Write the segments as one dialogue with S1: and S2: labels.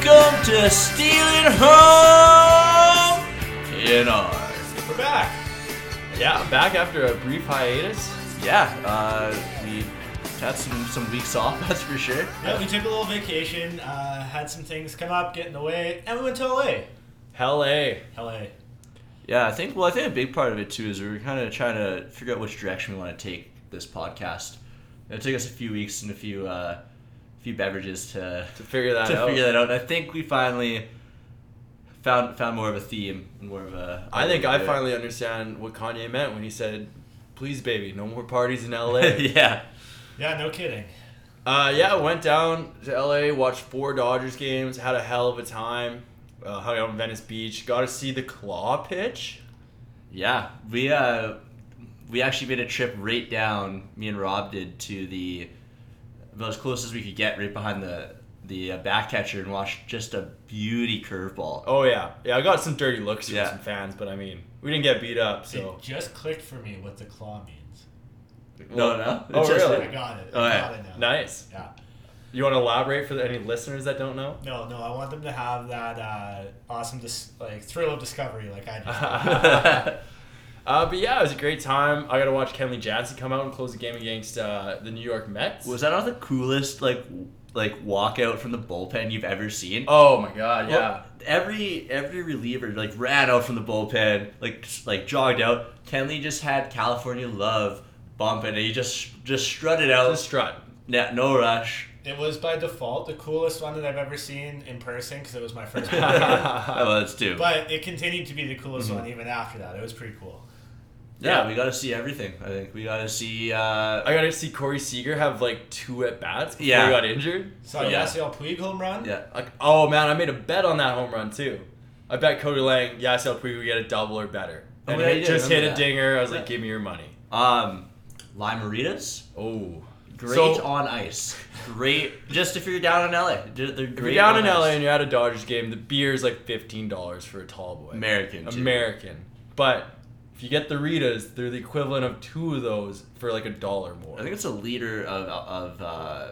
S1: to Stealing Home in Ours.
S2: We're back. Yeah, back after a brief hiatus.
S1: Yeah, uh, we had some, some weeks off, that's for sure.
S3: Yeah, we took a little vacation, uh, had some things come up, get in the way, and we went to LA.
S2: Hell A.
S3: LA.
S1: Yeah, I think, well, I think a big part of it too is we were kind of trying to figure out which direction we want to take this podcast. It took us a few weeks and a few, uh, few beverages to,
S2: To figure that
S1: to
S2: out.
S1: figure that out. And I think we finally found found more of a theme and more of a.
S2: I think
S1: a-
S2: I finally understand what Kanye meant when he said, please, baby, no more parties in LA.
S1: yeah.
S3: Yeah, no kidding.
S2: uh, yeah, went down to LA, watched four Dodgers games, had a hell of a time, uh, hung out in Venice Beach, got to see the claw pitch.
S1: Yeah, we uh, we actually made a trip right down. Me and Rob did to the about as close as we could get, right behind the the uh, back catcher, and watched just a beauty curveball.
S2: Oh, yeah. Yeah, I got some dirty looks from
S1: Yeah.
S2: some fans, but I mean, we didn't get beat up, so.
S3: It just clicked for me what the claw means.
S1: No, no.
S2: Oh,
S1: It's just-
S2: really?
S3: I got it. I
S1: Oh, yeah.
S3: got it now.
S2: Nice.
S3: Yeah.
S2: You want to elaborate for the, any listeners that don't know?
S3: No, no, I want them to have that uh, awesome dis- like thrill of discovery like I just did.
S2: uh, but yeah, it was a great time. I got to watch Kenley Jansen come out and close the game against uh, the New York Mets.
S1: Was that not the coolest like w- like walkout from the bullpen you've ever seen?
S2: oh my god, yeah.
S1: Well, every every reliever like ran out from the bullpen, like s- like jogged out. Kenley just had California Love bumping, and he just just strutted out.
S2: Just strut.
S1: Yeah, no rush.
S3: It was by default the coolest one that I've ever seen in person because it was my first one.
S1: I was too.
S3: but it continued to be the coolest
S2: Mm-hmm.
S3: one even after that. It was pretty cool.
S1: Yeah,
S2: Yeah.
S1: we got to see everything. I think we got to see. Uh,
S2: I got to see Corey Seager have like two at bats before
S1: Yeah.
S2: he got injured.
S3: Saw
S1: Oh, yeah.
S3: Yasiel Puig home run.
S1: yeah,
S2: Like, oh man, I made a bet on that home run too. I bet Cody Lang, Yasiel Puig would get a double or better.
S1: Oh,
S2: And
S1: yeah,
S2: he
S1: you did,
S2: just hit a
S1: remember that.
S2: dinger. I was
S1: Yeah.
S2: like, give me your money.
S1: um, Limeritas,
S2: Oh.
S1: great
S2: So-
S1: on ice, great. Just if you're down in LA, Ju- they're
S2: If you're
S1: great
S2: down
S1: on
S2: in
S1: ice.
S2: LA and you're at a Dodgers game, the beer is like fifteen dollars for a tall boy.
S1: American, too.
S2: American. But if you get the Ritas, they're the equivalent of two of those for like a dollar more.
S1: I think it's a liter of of uh,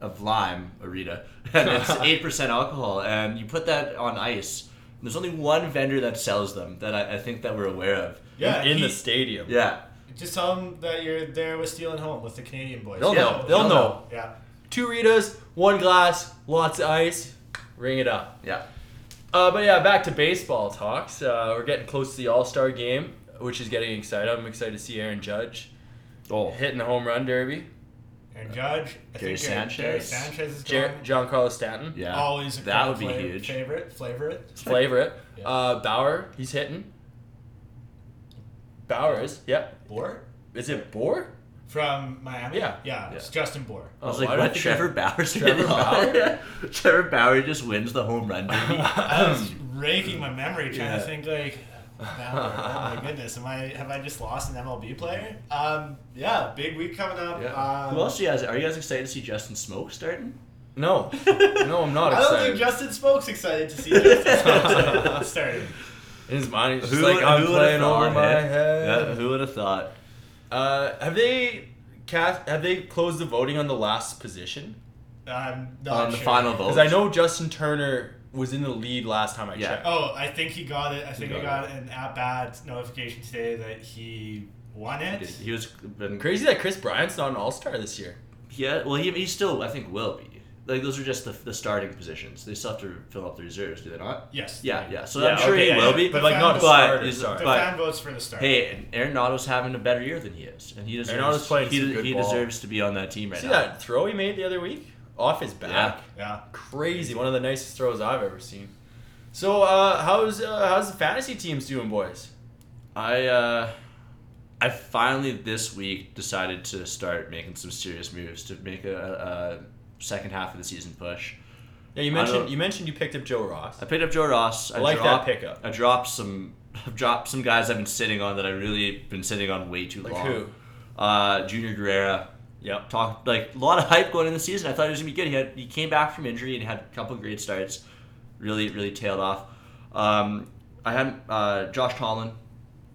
S1: of lime arita, and it's eight percent alcohol. And you put that on ice. There's only one vendor that sells them that I, I think that we're aware of.
S3: Yeah,
S2: in the
S3: he-
S2: stadium.
S1: Yeah,
S3: Just tell them that you're there with Stealing Home with the Canadian boys.
S2: They'll
S1: Yeah,
S2: know. They'll,
S1: they'll
S2: know.
S3: Yeah.
S2: Two Ritas, one glass, lots of ice. Ring it up.
S1: yeah.
S2: Uh, but yeah, back to baseball talks. Uh, we're getting close to the All Star game, which is getting excited. I'm excited to see Aaron Judge
S1: Oh,
S2: hitting the home run derby.
S3: Aaron Judge.
S1: Gary
S3: I think Gary
S1: Sanchez.
S3: Sanchez is
S2: Jer-
S3: going.
S2: John Carlos Stanton,
S1: yeah.
S3: Always a
S1: that
S3: crowd
S1: would be
S3: fla-
S1: huge.
S3: Favorite, favorite.
S2: flavor it.
S3: Yeah.
S2: Uh, Bauer, he's hitting. Bauer is, yep.
S3: Bohr
S2: Is it Bohr?
S3: from Miami.
S2: Yeah.
S3: Yeah,
S1: Yeah. Um,
S3: it's Justin Bohr.
S1: I was
S2: Oh,
S1: like,
S2: why do I
S1: what?
S2: think
S1: Trevor
S2: I-
S1: Bauer's
S2: Trevor
S1: hitting on-
S2: Bauer?
S1: Trevor Bauer just wins the home run derby.
S3: I was raking my memory trying
S1: Yeah.
S3: to think like. Bauer, oh my goodness! Am I have I just lost an MLB player? Um, yeah, big week coming up. Um,
S1: Who else do you guys? Are you guys excited to see Justin Smoke starting?
S2: No, no, I'm not
S3: I don't
S2: excited.
S3: think Justin Spoke's excited to see Justin Spokes starting.
S2: In his mind, he's just like, I'm playing over my
S1: Yeah,
S2: head.
S1: who would have thought?
S2: Uh, have they cast? Have they closed the voting on the last position?
S3: Um, I'm not
S1: On the
S3: sure.
S1: final vote.
S2: Because I know Justin Turner was in the lead last time I
S1: Yeah.
S2: checked.
S3: Oh, I think he got it. I think I
S1: got
S3: got an at bat notification today that he won it.
S1: He was been
S2: Oh, Crazy that Chris Bryant's not an All Star this year.
S1: Yeah, well, he, he still I think will be. Like those are just the, the starting positions. They still have to fill up the reserves, do they not?
S3: Yes.
S1: Yeah, yeah. So
S2: Yeah,
S1: I'm sure
S2: okay,
S1: he
S2: yeah,
S1: will
S3: yeah.
S1: be.
S2: But
S3: The
S2: like
S3: fan
S2: not a
S3: votes-
S2: starter.
S1: But-
S3: The
S2: starter.
S1: but-
S3: fan votes for the start.
S1: Hey, Aaron Notto's having a better year than he is, and he deserves.
S2: Notto's playing
S1: he,
S2: some good
S1: he
S2: ball.
S1: deserves to be on that team right
S2: See
S1: now.
S2: that throw he made the other week off his back.
S1: Yeah.
S3: Yeah.
S2: Crazy, one of the nicest throws I've ever seen. So, uh, how's uh, how's the fantasy teams doing, boys?
S1: I uh, I finally this week decided to start making some serious moves to make a, a second half of the season push.
S2: Yeah, you
S1: I
S2: mentioned
S1: don't-
S2: you mentioned you picked up Joe Ross.
S1: I picked up Joe Ross. I,
S2: like that
S1: dropped,
S2: pickup.
S1: I dropped some. I've dropped some guys I've been sitting on that I really been sitting on way too
S2: Like
S1: long.
S2: who?
S1: Uh, Junior Guerrera.
S2: Yep.
S1: Talk like a lot of hype going in the season. I thought he was gonna be good. He had he came back from injury and had a couple great starts. Really, really tailed off. Um, I had uh, Josh Tomlin.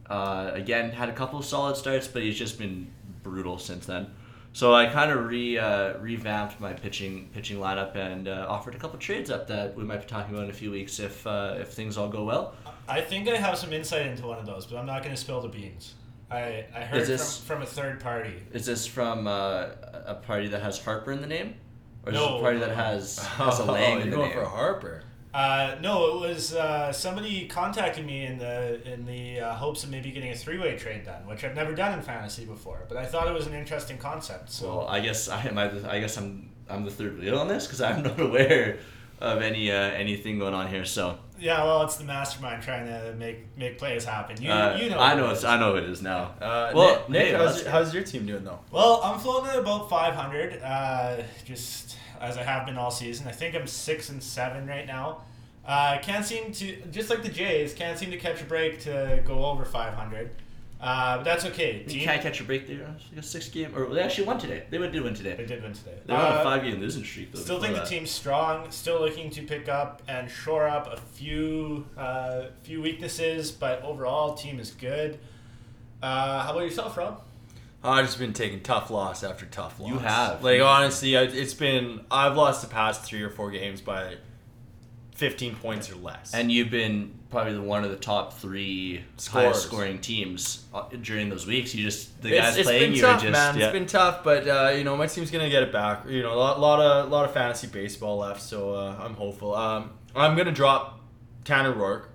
S1: Uh, again, had a couple of solid starts, but he's just been brutal since then. So I kind of re uh, revamped my pitching pitching lineup and uh, offered a couple trades up that we might be talking about in a few weeks if uh, if things all go well.
S3: I think I have some insight into one of those, but I'm not going to spill the beans. I, I heard
S1: Is this-
S3: from, from a third party.
S1: Is this from uh, a party that has Harper in the name, or is this
S3: No.
S1: a party that has has a
S2: Oh,
S1: Lang in
S2: you're
S1: the
S2: going
S1: name?
S2: for Harper.
S3: Uh, no, it was uh, somebody contacted me in the in the uh, hopes of maybe getting a three way trade done, which I've never done in fantasy before. But I thought it was an interesting concept. So
S1: Well, I guess I am. I, the- I guess I'm I'm the third wheel on this because I'm not aware of any uh, anything going on here. So
S3: yeah, well, it's the mastermind trying to make make plays happen. You
S1: uh,
S3: you know.
S1: I
S3: who
S1: know
S3: it
S1: it's
S3: is.
S1: I know it is now.
S2: Uh,
S1: well,
S2: Nick, Nick,
S1: hey,
S2: how's,
S1: let's-
S2: your, how's your team doing though?
S3: Well, I'm floating at about 500, uh, just as I have been all season. I think I'm six and seven right now. Uh, can't seem to, just like the Jays, can't seem to catch a break to go over 500. Uh, but that's okay.
S1: you
S3: Team,
S1: can't catch a break there. It's like a six game, or they actually won today. They would do win
S3: they
S1: today.
S3: did win today.
S1: They were on
S3: Uh,
S1: a five game losing streak though.
S3: Still
S1: before
S3: think
S1: that.
S3: the team's strong. Still looking to pick up and shore up a few uh, few weaknesses, but overall team is good. Uh, how about yourself, Rob?
S2: I've just been taking tough loss after tough loss.
S1: You have.
S2: Like honestly, I, it's been I've lost the past three or four games by fifteen points or less.
S1: And you've been probably the one of the top three
S2: Scorers.
S1: highest scoring teams uh, during those weeks. You just the
S2: It's-
S1: guys
S2: it's
S1: playing
S2: been
S1: you are
S2: tough,
S1: just
S2: man.
S1: yeah.
S2: It's been tough, but uh, you know my team's gonna get it back. You know, a lot, lot of lot of fantasy baseball left, so uh, I'm hopeful. Um, I'm gonna drop Tanner Rourke.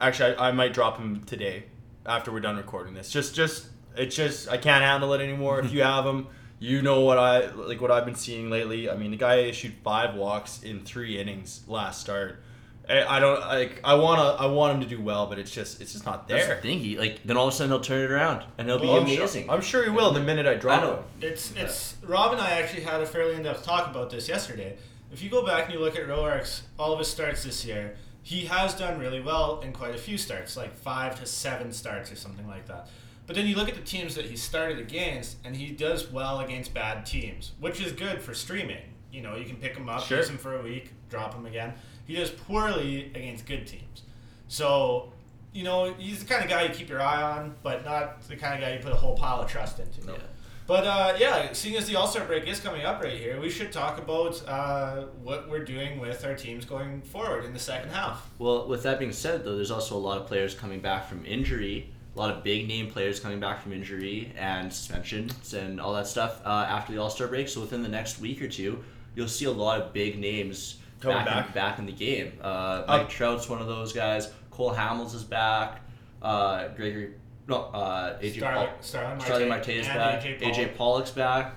S2: Actually, I, I might drop him today after we're done recording this. Just, just it's just I can't handle it anymore. if you have him, you know what I like. What I've been seeing lately. I mean, the guy issued five walks in three innings last start. Eh, I, I don't like. I wanna. I want him to do well, but it's just. It's just not
S1: That's the
S2: there.
S1: thing. He like then all of a sudden he'll turn it around and he'll be
S2: Oh, I'm sure-
S1: amazing.
S2: I'm sure he will the minute I drop
S1: I know.
S2: him.
S3: It's it's Rob and I actually had a fairly in depth talk about this yesterday. If you go back and you look at Roark's all of his starts this year, he has done really well in quite a few starts, like five to seven starts or something like that. But then you look at the teams that he started against, and he does well against bad teams, which is good for streaming. You know, you can pick him up,
S2: Sure.
S3: use him for a week, drop him again. He does poorly against good teams. So, you know, he's the kind of guy you keep your eye on, but not the kind of guy you put a whole pile of trust into.
S1: Yeah.
S3: But uh, yeah, seeing as the All Star break is coming up right here, we should talk about uh, what we're doing with our teams going forward in the second half.
S1: Well, with that being said, though, there's also a lot of players coming back from injury, a lot of big name players coming back from injury and suspensions and all that stuff uh, after the All Star break. So within the next week or two, you'll see a lot of big names
S2: Coming
S1: back
S2: back.
S1: in, back in the game. Uh, Mike
S2: Um,
S1: Trout's one of those guys. Cole Hamels is back. Uh, Gregory, no, uh, AJ
S3: Starling-
S1: Paul-
S3: Starling
S1: Starling
S3: Marte
S1: Marte is
S3: and
S1: back.
S3: AJ
S1: AJ
S3: Pollock.
S1: Pollock's back.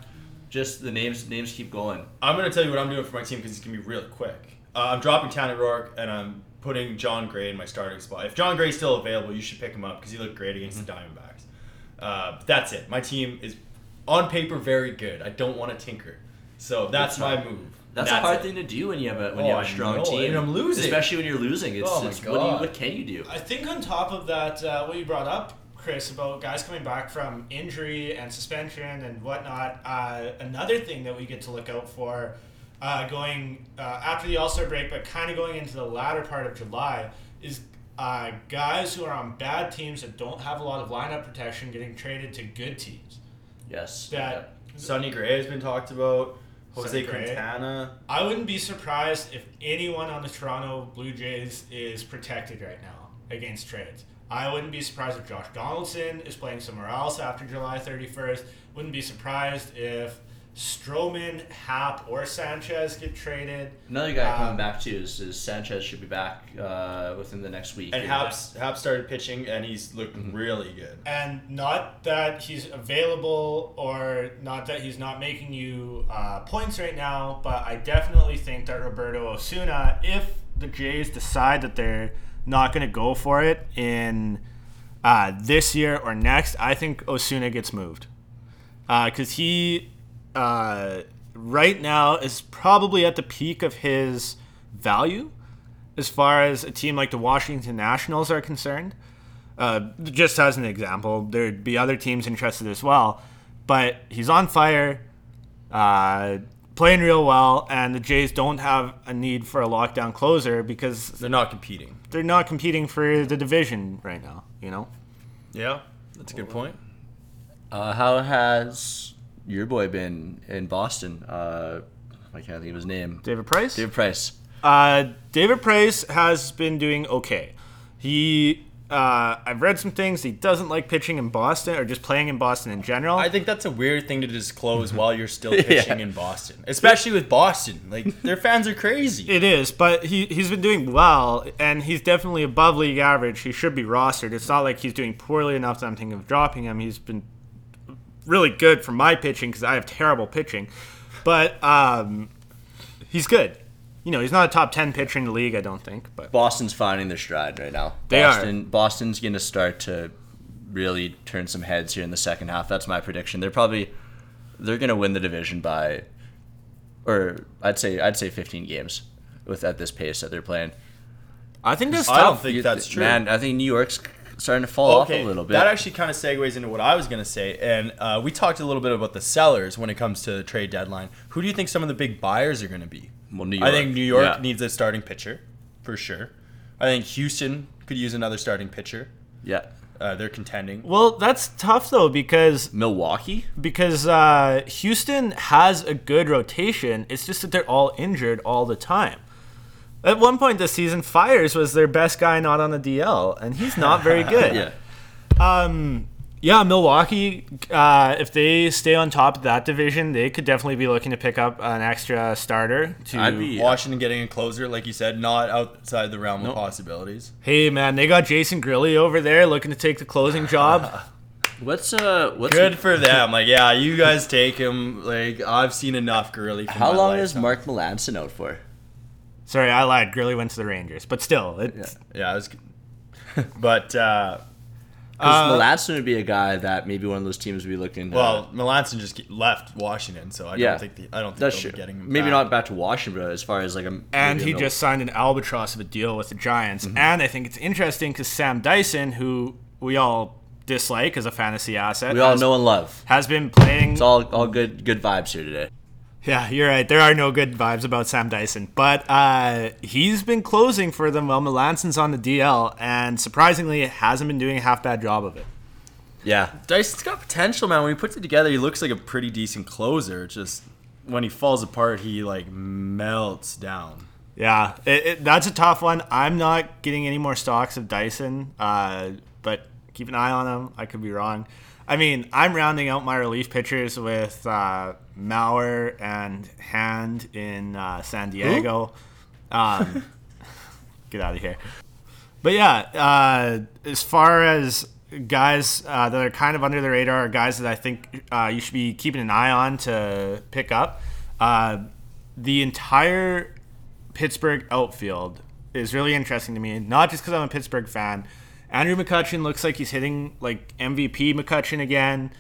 S1: Just the names names keep going.
S2: I'm gonna tell you what I'm doing for my team because it's gonna be real quick. Uh, I'm dropping Tanner Rourke and I'm putting John Gray in my starting spot. If John Gray's still available, you should pick him up because he looked great against the Diamondbacks. Uh, but that's it. My team is on paper very good. I don't want to tinker, so that's my move.
S1: That's, a hard
S2: it.
S1: thing to do when you have a when
S2: Oh,
S1: you have
S2: I
S1: a strong
S2: know,
S1: team.
S2: and I'm losing.
S1: especially when you're losing. It's,
S2: Oh my
S1: it's what, do you,
S2: God.
S1: what can you do?
S3: I think on top of that, uh, what you brought up, Chris, about guys coming back from injury and suspension and whatnot, uh, another thing that we get to look out for uh, going uh, after the All Star break, but kind of going into the latter part of July, is uh, guys who are on bad teams that don't have a lot of lineup protection getting traded to good teams.
S1: Yes.
S3: That
S2: Sonny Gray has been talked about. Jose
S3: Sonny Gray.
S2: Quintana.
S3: I wouldn't be surprised if anyone on the Toronto Blue Jays is protected right now against trades. I wouldn't be surprised if Josh Donaldson is playing somewhere else after July 31st. Wouldn't be surprised if Stroman, Hap, or Sanchez get traded.
S1: Another guy
S3: Um,
S1: coming back too is, is Sanchez should be back uh, within the next week.
S2: And
S1: Yeah.
S2: Haps Haps started pitching and he's looked really good.
S3: And not that he's available or not that he's not making you uh, points right now, but I definitely think that Roberto Osuna, if the Jays decide that they're not going to go for it in uh, this year or next, I think Osuna gets moved. Because he, uh, right now, is probably at the peak of his value as far as a team like the Washington Nationals are concerned uh, just as an example, there'd be other teams interested as well. But he's on fire, uh, playing real well, and the Jays don't have a need for a lockdown closer because
S2: They're not competing.
S3: they're not competing for the division right now. You know,
S2: Yeah, that's a good point.
S1: Uh, how has your boy been in Boston? Uh, I can't think of his name.
S3: David Price.
S1: David Price.
S3: Uh, David Price has been doing okay. He, uh, I've read some things. He doesn't like pitching in Boston or just playing in Boston in general.
S2: I think that's a weird thing to disclose while you're still pitching in Boston, especially with Boston. Like their fans are crazy.
S3: it is, but he, he's been doing well, and he's definitely above league average. He should be rostered. It's not like he's doing poorly enough that I'm thinking of dropping him. He's been really good for my pitching because I have terrible pitching, but um, he's good. You know, he's not a top 10 pitcher in the league, I don't think, but
S1: Boston's finding their stride right now.
S3: They are.
S1: Boston, Boston's going to start to really turn some heads here in the second half. That's my prediction. They're probably they're going to win the division by, or I'd say I'd say 15 games with at this pace that they're playing.
S3: I think that's
S2: I don't
S3: tough.
S2: think
S1: You-
S2: that's true.
S1: Man, I think New York's starting to fall off a little bit.
S2: That actually kind of segues into what I was going to say. And uh, we talked a little bit about the sellers when it comes to the trade deadline. Who do you think some of the big buyers are going to be?
S1: well, New
S2: I think New York
S1: yeah.
S2: needs a starting pitcher, for sure. I think Houston could use another starting pitcher.
S1: Yeah.
S2: Uh, they're contending.
S3: Well, that's tough though because
S1: Milwaukee.
S3: because uh, Houston has a good rotation. It's just that they're all injured all the time. At one point this season, Fires was their best guy not on the DL, and he's not very good.
S1: Yeah.
S3: Yeah, Milwaukee. Uh, if they stay on top of that division, they could definitely be looking to pick up an extra starter. To
S1: I'd be- yeah.
S2: Washington getting a closer, like you said, not outside the realm of possibilities.
S3: hey man, they got Jason Grilly over there looking to take the closing job.
S1: What's uh? What's
S2: Good for them. Like, yeah, you guys take him. Like, I've seen enough Gurley. for
S1: How
S2: my
S1: long is
S2: lifetime.
S1: Mark Melanson out for?
S3: Sorry, I lied. Grilly went to the Rangers, but still, it's,
S2: Yeah, it was. But uh,
S1: Because Melanson would be a guy that maybe one of those teams would be looking. to-
S2: well, Melanson just ge- left Washington, so I
S1: Yeah.
S2: don't think the, I don't think
S1: That's
S2: they'll
S1: true.
S2: be getting him.
S1: Maybe
S2: back.
S1: not back to Washington, but as far as like a
S3: and
S1: maybe Mm-hmm. a
S3: he
S1: Mil-
S3: just signed an albatross of a deal with the Giants. And I think it's interesting because Sam Dyson, who we all dislike as a fantasy asset,
S1: we all
S3: has,
S1: know and love.
S3: has been playing.
S1: It's all all good good vibes here today.
S3: yeah, you're right. There are no good vibes about Sam Dyson, but uh, he's been closing for them while Melanson's on the DL, and surprisingly, hasn't been doing a half bad job of it.
S1: Yeah,
S2: Dyson's got potential, man. When he puts it together, he looks like a pretty decent closer. It's Just when he falls apart, he like melts down.
S3: Yeah, it, it, that's a tough one. I'm not getting any more stocks of Dyson, uh, but keep an eye on them. I could be wrong. I mean, I'm rounding out my relief pitchers with uh, Maurer and Hand in uh, San Diego. Um, get out of here. But yeah, uh, as far as guys uh, that are kind of under the radar, guys that I think uh, you should be keeping an eye on to pick up, uh, the entire Pittsburgh outfield is really interesting to me. Not just because I'm a Pittsburgh fan. Andrew McCutcheon looks like he's hitting like MVP McCutcheon again.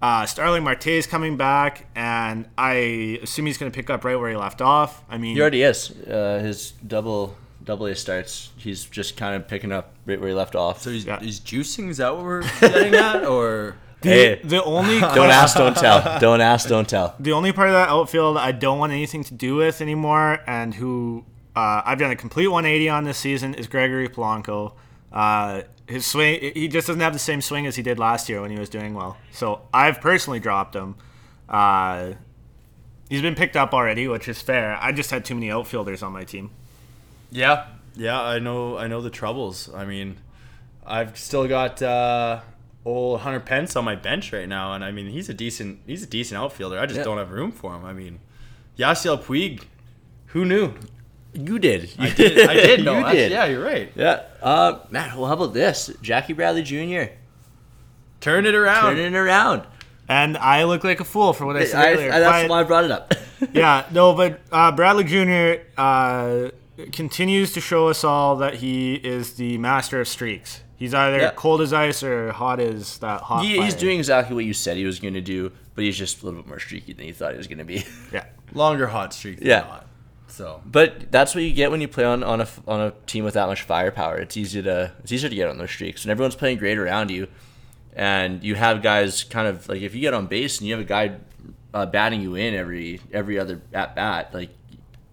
S3: Uh, Starling Marte is coming back, and I assume he's going to pick up right where he left off. I mean,
S1: he already is. Uh, his double double A starts. He's just kind of picking up right where he left off.
S2: So he's,
S3: Yeah.
S2: he's juicing. Is that what we're getting at, or
S1: hey,
S3: the only
S1: don't ask, don't tell. Don't ask, don't tell.
S3: the only part of that outfield I don't want anything to do with anymore, and who uh, I've done a complete 180 on this season is Gregory Polanco. Uh, his swing, he just doesn't have the same swing as he did last year when he was doing well. So I've personally dropped him. Uh, he's been picked up already, which is fair. I just had too many outfielders on my team.
S2: Yeah, yeah, I know, I know the troubles. I mean, I've still got uh, old Hunter Pence on my bench right now, and I mean, he's a decent, he's a decent outfielder. I just
S1: Yeah.
S2: don't have room for him. I mean, Yasiel Puig, who knew?
S1: You did.
S2: I did, I did know.
S1: you
S2: Actually,
S1: did.
S2: Yeah, you're right.
S1: Yeah. Uh, man, well, how about this? Jackie Bradley Jr.
S2: Turn it around.
S1: turning around.
S3: And I look like a fool for what I
S1: I,
S3: said earlier.
S1: I- that's
S3: but-
S1: why I brought it up.
S3: yeah, no, but uh, Bradley Jr. Uh, continues to show us all that he is the master of streaks. He's either
S1: Yeah.
S3: cold as ice or hot as that hot.
S1: He- he's
S3: fire.
S1: doing exactly what you said he was going to do, but he's just a little bit more streaky than you thought he was going to be.
S3: Yeah.
S2: Longer hot streak. Than
S1: Yeah.
S2: Not. So
S1: But that's what you get when you play on, on a on a team with that much firepower. It's easy to it's easier to get on those streaks, and everyone's playing great around you, and you have guys kind of like if you get on base and you have a guy uh, batting you in every every other at bat, like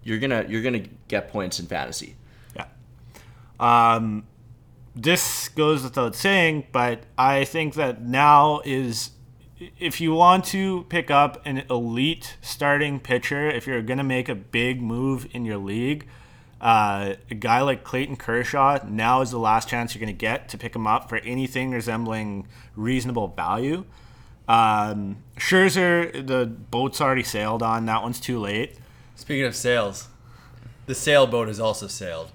S1: you're gonna you're gonna get points in fantasy.
S3: Um, this goes without saying, but I think that now is if you want to pick up an elite starting pitcher, if you're going to make a big move in your league, uh, a guy like Clayton Kershaw now is the last chance you're going to get to pick him up for anything resembling reasonable value. Um, Scherzer, the boat's already sailed on. That one's too late.
S2: Speaking of sales, the sailboat has also sailed.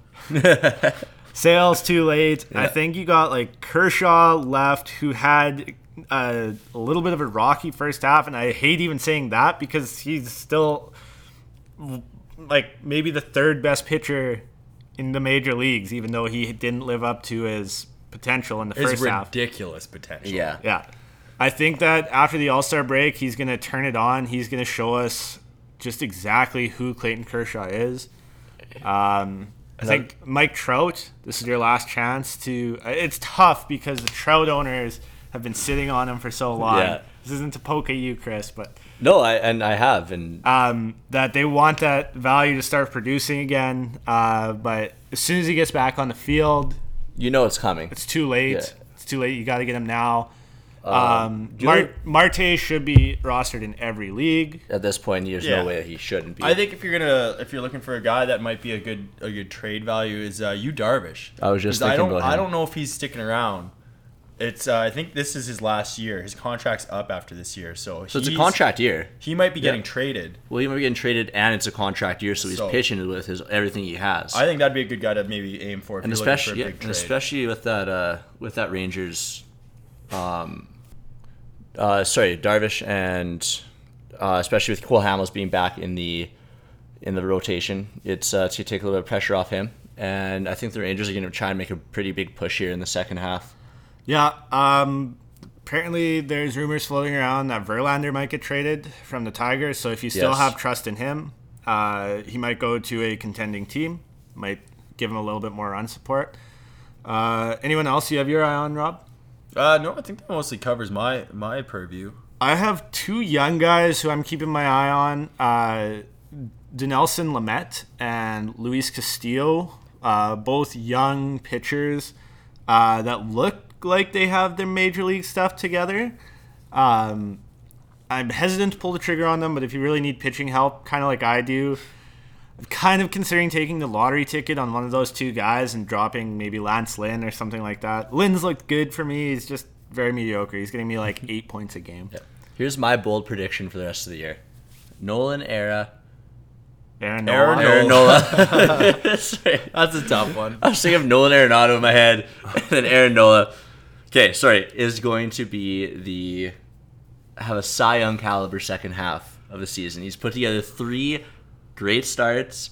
S3: Sales too late. I think you got like Kershaw left, who had a, a little bit of a rocky first half, and I hate even saying that because he's still like maybe the third best pitcher in the major leagues, even though he didn't live up to his potential in the
S2: It's
S3: first half.
S2: ridiculous potential.
S1: Yeah.
S3: Yeah. I think that after the All Star break, he's going to turn it on. He's going to show us just exactly who Clayton Kershaw is. Um, I think Mike Trout, this is your last chance to. It's tough because the Trout owners have been sitting on him for so long.
S1: Yeah.
S3: This isn't to poke at you, Chris, but
S1: No, I and I have and
S2: Uh,
S3: um, that they want that value to start producing again. Uh, but as soon as he gets back on the field,
S1: you know it's coming.
S3: it's too late.
S1: Yeah.
S3: It's too late. You got to get him now. Um,
S1: do you-
S3: Mar- Marte should be rostered in every league.
S1: At this point, there's
S2: Yeah.
S1: no way he shouldn't be.
S2: I think if you're gonna if you're looking for a guy that might be a good a good trade value is uh, you Darvish.
S1: I was just
S2: 'Cause I
S1: thinking
S2: don't
S1: about him.
S2: I don't know if he's sticking around. It's uh, I think this is his last year. His contract's up after this year, so
S1: so. It's a
S2: he's-
S1: contract year.
S2: He might be
S1: Yeah.
S2: getting traded.
S1: Well, he might be getting traded, and it's a contract year, so he's
S2: So-
S1: pitching with his everything he has.
S2: I think that'd be a good guy to maybe aim for if
S1: and
S2: you're
S1: especially, yeah,
S2: looking for a big
S1: and
S2: trade.
S1: especially with that, uh, with that Rangers, um, uh, sorry, Darvish, and uh, especially with Cole Hamels being back in the in the rotation, it's uh, to take a little bit of pressure off him. And I think the Rangers are going to try and make a pretty big push here in the second half.
S3: Yeah. Um, apparently, there's rumors floating around that Verlander might get traded from the Tigers. So if you still
S1: Yes.
S3: have trust in him, uh, he might go to a contending team. Might give him a little bit more run support. Uh, anyone else you have your eye on, Rob?
S2: uh, no, I think that mostly covers my my purview.
S3: I have two young guys who I'm keeping my eye on. Uh, Denelson Lamet and Luis Castillo, uh, both young pitchers uh, that look like they have their major league stuff together. Um, I'm hesitant to pull the trigger on them, but if you really need pitching help, kind of like I do, I'm kind of considering taking the lottery ticket on one of those two guys and dropping maybe Lance Lynn or something like that. Lynn's looked good for me. He's just very mediocre. He's getting me like eight points a game.
S1: Here's my bold prediction for the rest of the year: Nolan era.
S3: Aaron
S2: Aaron
S3: Nola.
S2: Nola.
S1: Nola. Sorry.
S2: That's a tough one.
S1: I was thinking of Nolan Arenado in my head, and then Aaron Nola. Okay, sorry, is going to be the have a Cy Young caliber second half of the season. He's put together three great starts.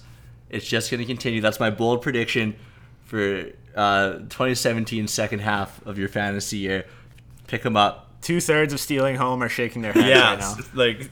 S1: It's just going to continue. That's my bold prediction for uh, 2017 second half of your fantasy year. Pick him up.
S3: Two thirds of stealing home are shaking their heads right
S2: yeah,
S3: now.
S2: like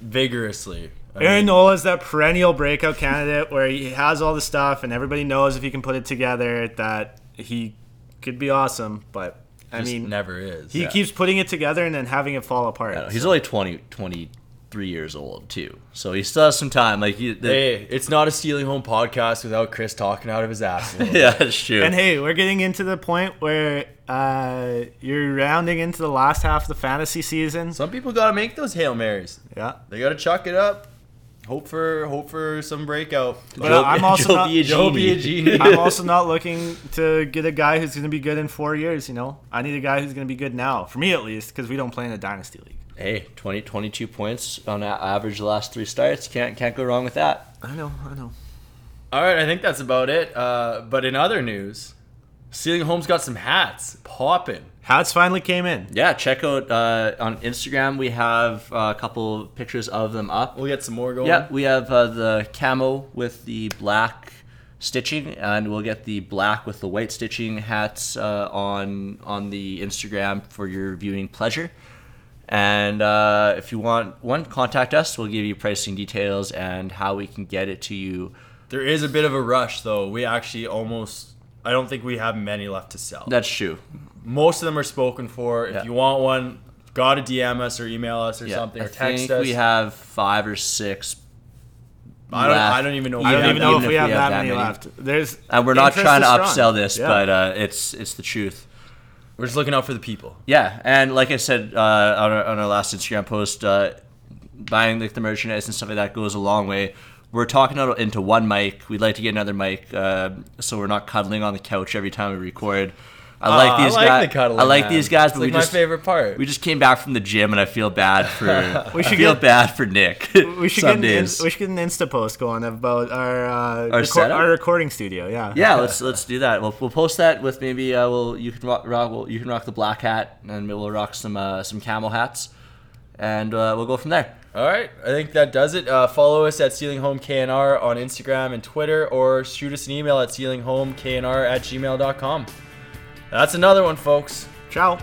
S2: vigorously. I
S3: Aaron
S2: mean,
S3: Nola is that perennial breakout candidate where he has all the stuff and everybody knows if he can put it together that he could be awesome. But I
S2: just
S3: mean,
S2: never is.
S3: he
S2: Yeah.
S3: keeps putting it together and then having it fall apart.
S1: Uh, He's only 20, 23 years old too, so he still has some time. Like he, the,
S2: Hey, it's not a stealing home podcast without Chris talking out of his ass. a little bit.
S1: yeah, that's true.
S3: and hey, we're getting into the point where uh, you're rounding into the last half of the fantasy season.
S2: Some people gotta make those hail marys.
S3: yeah.
S2: They gotta chuck it up. Hope for hope for some breakout.
S3: But I'm also
S1: Joe
S3: not-
S1: Biagini.
S2: Joe Biagini.
S3: I'm also not looking to get a guy who's going to be good in four years. You know, I need a guy who's going to be good now, for me at least, because we don't play in a dynasty league.
S1: Hey, 20, 22 points on a- average the last three starts. Can't can't go wrong with that.
S3: I know, I know.
S2: All right, I think that's about it. Uh, but in other news, Stealing Home's got some hats popping.
S3: Hats finally came in.
S1: Yeah, check out uh, on Instagram. We have uh, a couple pictures of them up.
S2: We'll get some more going.
S1: Yeah, we have uh, the camo with the black stitching, and we'll get the black with the white stitching hats uh, on on the Instagram for your viewing pleasure. And uh, if you want one, contact us. We'll give you pricing details and how we can get it to you.
S2: There is a bit of a rush though. We actually almost. I don't think we have many left to sell.
S1: That's true.
S2: Most of them are spoken for. If
S1: Yeah.
S2: you want one, gotta DM us or email us or
S1: Yeah,
S2: something
S1: I
S2: or text
S1: think
S2: us.
S1: we have five or six
S2: I don't.
S1: left.
S2: I don't even
S1: I
S2: know. if
S3: I
S2: we
S3: don't
S1: Yeah,
S2: have
S3: even know
S2: them.
S1: even
S3: if we have, that, many, left. There's,
S1: And we're not
S3: interest
S1: trying to
S3: is strong.
S1: upsell this,
S3: Yeah.
S1: but uh, it's it's the truth.
S2: We're just looking out for the people.
S1: Yeah, and like I said uh, on, our, on our last Instagram post, uh, buying like the merchandise and stuff like that goes a long way. We're talking out into one mic. We'd like to get another mic, uh, so we're not cuddling on the couch every time we record. I
S2: Ah,
S1: like these
S2: I
S1: guys.
S2: like the cuddling,
S1: I like
S2: man.
S1: these guys,
S2: It's
S1: but
S2: like
S1: we
S2: my
S1: just
S2: favorite part.
S1: we just came back from the gym, and I feel bad for we
S3: should
S1: feel
S3: get-
S1: bad for Nick.
S3: We should,
S1: some
S3: get an,
S1: days.
S3: we should get an Insta post going about our uh,
S1: Our setup?
S3: our recording studio. Yeah.
S1: yeah, let's let's do that. We'll, we'll post that with maybe uh, we'll you can rock, rock we'll, you can rock the black hat, and we'll rock some uh, some camel hats, and uh, we'll go from there.
S2: All right, I think that does it. Uh, follow us at Ceiling Home KNR on Instagram and Twitter, or shoot us an email at sealinghomeknr at gmail.com. That's another one, folks.
S3: Ciao.